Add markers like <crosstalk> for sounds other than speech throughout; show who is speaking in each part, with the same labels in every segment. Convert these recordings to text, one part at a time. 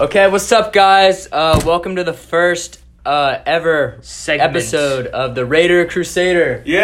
Speaker 1: Okay, what's up, guys? Uh, welcome to the first uh, ever
Speaker 2: Segment.
Speaker 1: episode of the Raider Crusader.
Speaker 3: Yeah!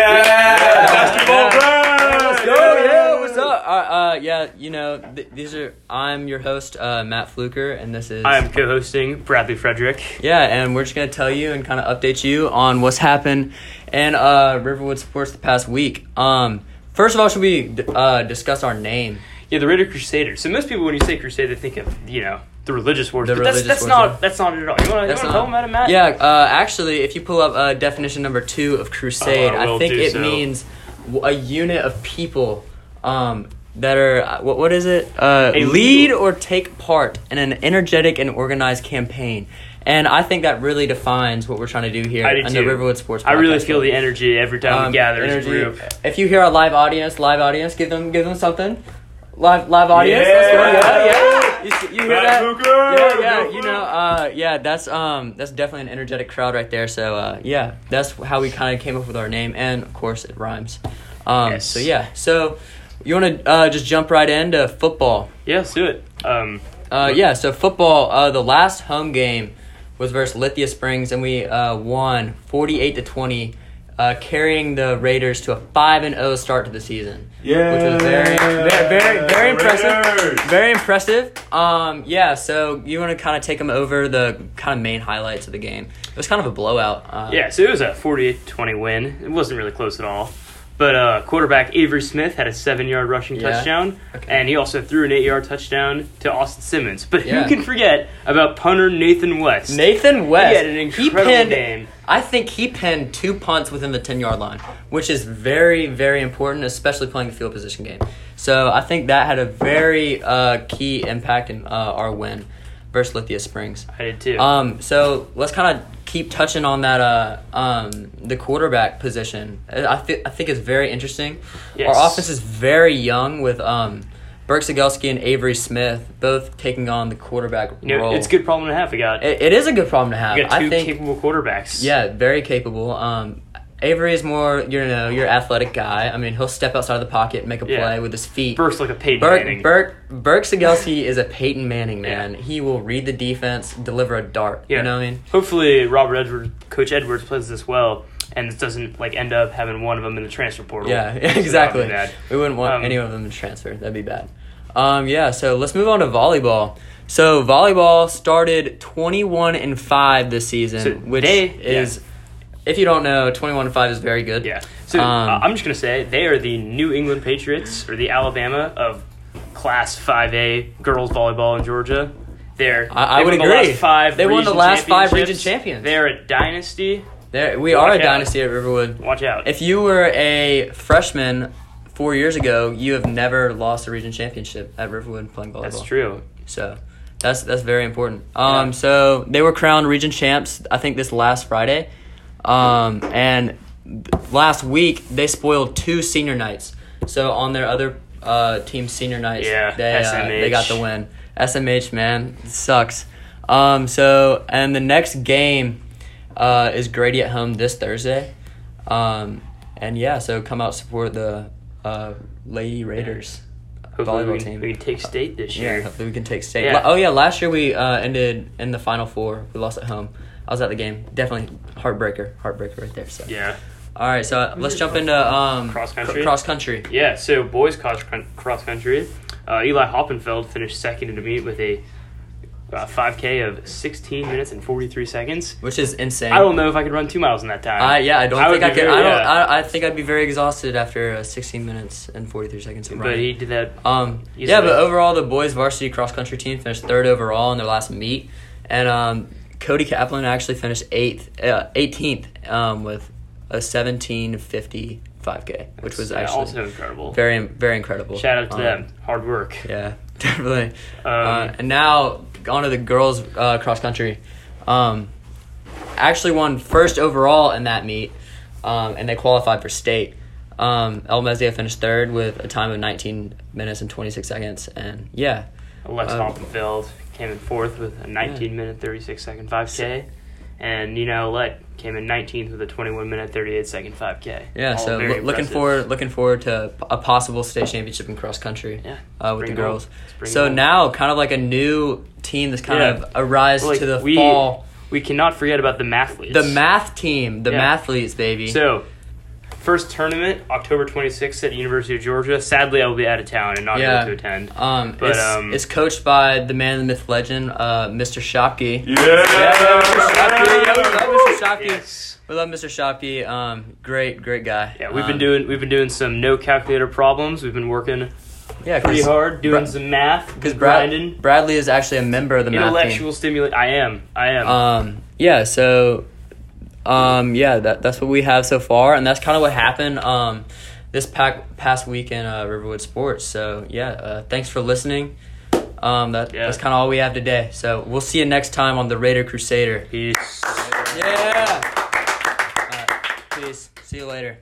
Speaker 3: Basketball
Speaker 1: Yo, yo, what's up? Uh, uh, yeah, you know, th- these are. I'm your host, uh, Matt Fluker, and this is.
Speaker 2: I'm co-hosting Bradley Frederick.
Speaker 1: Yeah, and we're just gonna tell you and kind of update you on what's happened and uh, Riverwood sports the past week. Um, first of all, should we d- uh, discuss our name?
Speaker 2: Yeah, the Raider Crusader. So most people, when you say Crusader, think of you know the religious wars,
Speaker 1: The
Speaker 2: but
Speaker 1: religious
Speaker 2: that's that's
Speaker 1: wars,
Speaker 2: not
Speaker 1: yeah.
Speaker 2: that's not it at all. You want to
Speaker 1: That's
Speaker 2: tell
Speaker 1: not-
Speaker 2: them about it, Matt?
Speaker 1: Yeah, uh, actually, if you pull up uh, definition number two of crusade,
Speaker 3: Oh, I
Speaker 1: I,
Speaker 3: will
Speaker 1: think
Speaker 3: do
Speaker 1: it
Speaker 3: so.
Speaker 1: means w- a unit of people um, that are what, what is it? Uh,
Speaker 2: A
Speaker 1: lead or take part in an energetic and organized campaign. And I think that really defines what we're trying to do here
Speaker 2: I do
Speaker 1: in the
Speaker 2: too.
Speaker 1: Riverwood Sports.
Speaker 2: I really
Speaker 1: Podcast.
Speaker 2: feel the energy every time
Speaker 1: Um,
Speaker 2: we gather as
Speaker 1: energy.
Speaker 2: a group.
Speaker 1: If you hear our live audience, live audience, give them give them something. Live live audience. Let's go.
Speaker 3: Yeah.
Speaker 1: Yeah, yeah. You, see- you hear
Speaker 3: Matt
Speaker 1: that?
Speaker 3: Fluker!
Speaker 1: Yeah, yeah, you know, uh, yeah, that's um, that's definitely an energetic crowd right there. So uh, yeah, that's how we kind of came up with our name, and of course it rhymes. Um,
Speaker 2: Yes.
Speaker 1: So yeah, so you want to uh, just jump right into football?
Speaker 2: Yeah, let's do it. Um,
Speaker 1: Uh, yeah, so football. Uh, the last home game was versus Lithia Springs, and we uh, won forty-eight to twenty, uh, carrying the Raiders to a five and zero start to the season.
Speaker 3: Yeah!
Speaker 1: which was very, very, very, very impressive.
Speaker 3: Raiders!
Speaker 1: Very impressive. Um, yeah. So you want to kind of take them over the kind of main highlights of the game. It was kind of a blowout. Uh,
Speaker 2: yeah, so it was a 48-20 win. It wasn't really close at all. But uh, quarterback Avery Smith had a seven-yard rushing
Speaker 1: Yeah.
Speaker 2: touchdown,
Speaker 1: Okay.
Speaker 2: and he also threw an eight-yard touchdown to Austin Simmons. But
Speaker 1: Yeah.
Speaker 2: who can forget about punter Nathan West?
Speaker 1: Nathan West.
Speaker 2: He had an incredible
Speaker 1: pinned-
Speaker 2: game.
Speaker 1: I think he pinned two punts within the 10 yard line, which is very, very important, especially playing the field position game. So I think that had a very uh, key impact in uh, our win versus Lithia Springs.
Speaker 2: I did too.
Speaker 1: Um, so let's kind of keep touching on that. Uh, um, the quarterback position. I I thi- I think it's very interesting.
Speaker 2: Yes.
Speaker 1: Our offense is very young with um, Burke Sigelski and Avery Smith both taking on the quarterback
Speaker 2: you know,
Speaker 1: role.
Speaker 2: it's a good problem to have. We got
Speaker 1: It, it is a good problem to have.
Speaker 2: You got two
Speaker 1: I think.
Speaker 2: capable quarterbacks.
Speaker 1: yeah, very capable. Um, Avery is more, you know, your athletic guy. I mean, he'll step outside of the pocket, and make a
Speaker 2: Yeah.
Speaker 1: play with his feet.
Speaker 2: Burke's like a Peyton Manning.
Speaker 1: Burke, Burke, Burke Sigelski is a Peyton Manning man.
Speaker 2: Yeah.
Speaker 1: He will read the defense, deliver a dart.
Speaker 2: yeah.
Speaker 1: You know what I mean?
Speaker 2: Hopefully, Robert Edwards, Coach Edwards, plays this well, and this doesn't like end up having one of them in the transfer portal.
Speaker 1: Yeah, <laughs>
Speaker 2: So that would be
Speaker 1: exactly.
Speaker 2: bad.
Speaker 1: We wouldn't want
Speaker 2: Um,
Speaker 1: any of them to transfer. That'd be bad. Um, yeah, so let's move on to volleyball. So volleyball started twenty one and five this season,
Speaker 2: So
Speaker 1: which
Speaker 2: they-
Speaker 1: is, if you don't know, twenty one and five is very good.
Speaker 2: Yeah. So
Speaker 1: Um,
Speaker 2: uh, I'm just gonna say they are the New England Patriots or the Alabama of Class 5A girls volleyball in Georgia. They're
Speaker 1: I- I
Speaker 2: they
Speaker 1: would
Speaker 2: won the
Speaker 1: agree.
Speaker 2: last five.
Speaker 1: They won the
Speaker 2: region
Speaker 1: last five region
Speaker 2: championships.
Speaker 1: champions.
Speaker 2: They're a dynasty.
Speaker 1: There, we are a
Speaker 2: Watch out.
Speaker 1: dynasty at Riverwood.
Speaker 2: Watch out.
Speaker 1: If you were a freshman four years ago, you have never lost a region championship at Riverwood playing volleyball.
Speaker 2: That's true.
Speaker 1: So that's that's very important. Um,
Speaker 2: Yeah.
Speaker 1: so they were crowned region champs. I think this last Friday, um, and th- last week they spoiled two senior nights. So on their other uh, team senior nights,
Speaker 2: Yeah,
Speaker 1: they uh, they got the
Speaker 2: SMH.
Speaker 1: win. SMH man it sucks. Um, so and the next game uh, is Grady at home this Thursday, um, and yeah, so come out support the uh, Lady Raiders
Speaker 2: Hopefully we
Speaker 1: volleyball
Speaker 2: can,
Speaker 1: team.
Speaker 2: we can take state this
Speaker 1: Yeah,
Speaker 2: year.
Speaker 1: hopefully we can take state.
Speaker 2: Yeah.
Speaker 1: La- Oh yeah, last year we uh, ended in the final four. We lost at home. I was at the game. Definitely heartbreaker, heartbreaker right there. So
Speaker 2: yeah.
Speaker 1: all right, so uh, let's jump into um,
Speaker 2: Cross country?
Speaker 1: cr- cross country.
Speaker 2: Yeah, so boys cross, cross country, uh, Eli Hoppenfeld finished second in the meet with a uh, 5K of 16 minutes and 43 seconds.
Speaker 1: Which is insane.
Speaker 2: I don't know if I could run two miles in that time.
Speaker 1: I yeah, I don't
Speaker 2: I would
Speaker 1: think I
Speaker 2: be
Speaker 1: could.
Speaker 2: very-
Speaker 1: I don't.
Speaker 2: yeah.
Speaker 1: I, I think I'd be very exhausted after uh, 16 minutes and 43 seconds of
Speaker 2: but
Speaker 1: running.
Speaker 2: he did that.
Speaker 1: Um,
Speaker 2: He's
Speaker 1: yeah,
Speaker 2: the-
Speaker 1: but overall, the boys varsity cross country team finished third overall in their last meet, and um, Cody Kaplan actually finished eighth, uh, 18th um, with a 17:50 5K, which was
Speaker 2: Yeah,
Speaker 1: actually
Speaker 2: also incredible.
Speaker 1: very very incredible.
Speaker 2: Shout out to
Speaker 1: Um,
Speaker 2: them. Hard work.
Speaker 1: Yeah, <laughs> definitely. uh,
Speaker 2: Um,
Speaker 1: and now on to the girls uh, cross country. Um, actually won first overall in that meet, um, and they qualified for state. Um, El Mezia finished third with a time of 19 minutes and 26 seconds, and yeah,
Speaker 2: Lex
Speaker 1: um,
Speaker 2: Hoppenfeld came in fourth with a 19 minute 36 second 5K, and Nino Let came in 19th with a 21 minute 38 second 5K.
Speaker 1: yeah.
Speaker 2: All
Speaker 1: so
Speaker 2: very
Speaker 1: loo- looking
Speaker 2: impressive.
Speaker 1: forward, looking forward to p- a possible state championship in cross country.
Speaker 2: Yeah.
Speaker 1: uh, with
Speaker 2: Bring
Speaker 1: the
Speaker 2: it on.
Speaker 1: girls.
Speaker 2: Let's bring it
Speaker 1: So
Speaker 2: on.
Speaker 1: now, kind of like a new team that's kind
Speaker 2: Yeah.
Speaker 1: of a rise
Speaker 2: Like,
Speaker 1: to the
Speaker 2: we-
Speaker 1: fall.
Speaker 2: We cannot forget about the mathletes.
Speaker 1: The math team, the
Speaker 2: Yeah.
Speaker 1: mathletes, baby.
Speaker 2: So, first tournament, October 26th at University of Georgia. Sadly, I will be out of town and not
Speaker 1: Yeah.
Speaker 2: able to attend.
Speaker 1: um,
Speaker 2: but,
Speaker 1: it's,
Speaker 2: um,
Speaker 1: it's coached by the man, the myth, legend, uh, Mr. Shopke.
Speaker 3: Yeah.
Speaker 1: Yeah, Mr. Shopke.
Speaker 2: Yes.
Speaker 1: We love Mr. Shopke. Um, great, great guy.
Speaker 2: Yeah, we've
Speaker 1: Um,
Speaker 2: been doing we've been doing some no calculator problems. We've been working
Speaker 1: yeah, 'cause-
Speaker 2: pretty hard, doing
Speaker 1: Bra-
Speaker 2: some math,
Speaker 1: because
Speaker 2: grinding.
Speaker 1: Brad, Bradley is actually a member of the math team.
Speaker 2: Intellectual stimulation. I am. I am.
Speaker 1: Um, yeah, so um, yeah, that, that's what we have so far, and that's kind of what happened um, this pack, past week in uh, Riverwood Sports. So yeah, uh, thanks for listening. Um, that,
Speaker 2: Yeah.
Speaker 1: That's kind of all we have today. So we'll see you next time on the Raider Crusader.
Speaker 2: Peace.
Speaker 1: Yeah. All right, peace. See you later.